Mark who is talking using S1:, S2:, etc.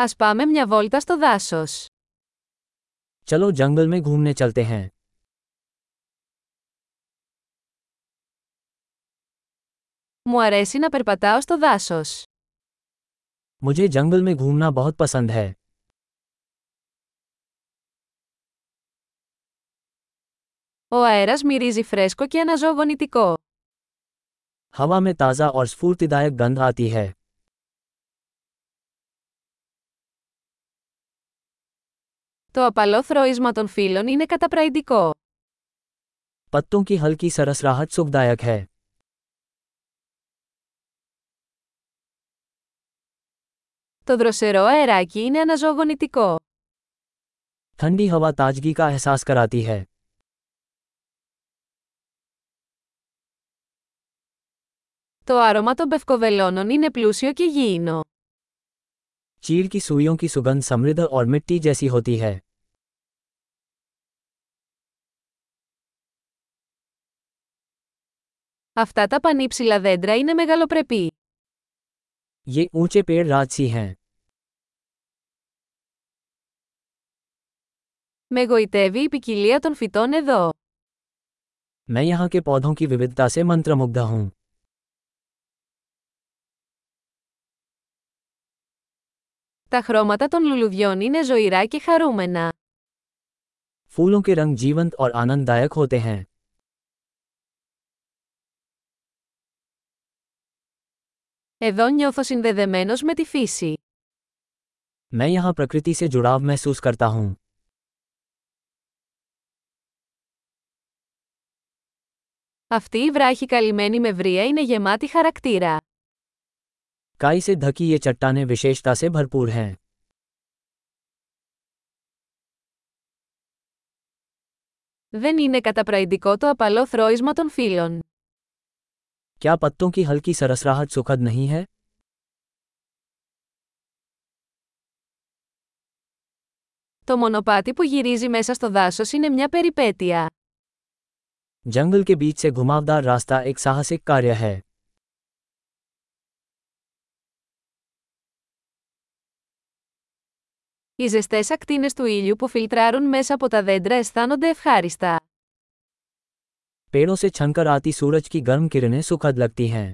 S1: Ας πάμε μια βόλτα στο δάσος.
S2: चलो जंगल में घूमने चलते हैं
S1: Μου αρέσει να περπατάω στο δάσος.
S2: मुझे जंगल में घूमना बहुत पसंद है
S1: Ο αέρας μυρίζει φρέσκο και αναζωογονητικό.
S2: हवा में ताज़ा और स्फूर्तिदायक गंध आती है
S1: Το απαλό θροίσμα των φύλλων είναι καταπραϊντικό.
S2: पत्तों की हल्की सरसराहट सुखदायक है
S1: Το δροσερό αεράκι είναι αναζωογονητικό.
S2: ठंडी हवा ताजगी का एहसास कराती है
S1: Το άρωμα των πευκοβελώνων είναι πλούσιο και γήινο.
S2: चीड़ की सुइयों की सुगंध समृद्ध और मिट्टी जैसी होती है
S1: Αυτά τα πανύψηλα δέντρα είναι μεγαλοπρεπή.
S2: ये ऊंचे पेड़ राजसी हैं
S1: Με γοητεύει η ποικιλία των φυτών εδώ.
S2: मैं यहाँ के पौधों की विविधता से मंत्रमुग्ध हूँ
S1: Τα χρώματα των λουλουδιών είναι ζωηρά και χαρούμενα.
S2: फूलों के रंग जीवंत और आनंददायक होते हैं
S1: Εδώ νιώθω συνδεδεμένος με τη φύση.
S2: मैं यहाँ प्रकृति से जुड़ाव महसूस करता हूँ
S1: Αυτή η βράχη καλυμμένη με βρία είναι γεμάτη χαρακτήρα.
S2: काई से ढकी ये चट्टाने विशेषता से भरपूर हैं
S1: Δεν είναι καταπραϊντικό το απαλό θρώισμα των φύλων.
S2: क्या पत्तों की हल्की सरसराहट सुखद नहीं है
S1: Το μονοπάτι που γυρίζει μέσα στο δάσος είναι μια περιπέτεια.
S2: जंगल के बीच से घुमावदार रास्ता एक साहसिक कार्य है
S1: Οι ζεστές ακτίνες του ήλιου που φιλτράρουν μέσα από τα δέντρα αισθάνονται ευχάριστα.
S2: पेड़ों से छनकर आती सूरज की गर्म किरणें सुखद लगती हैं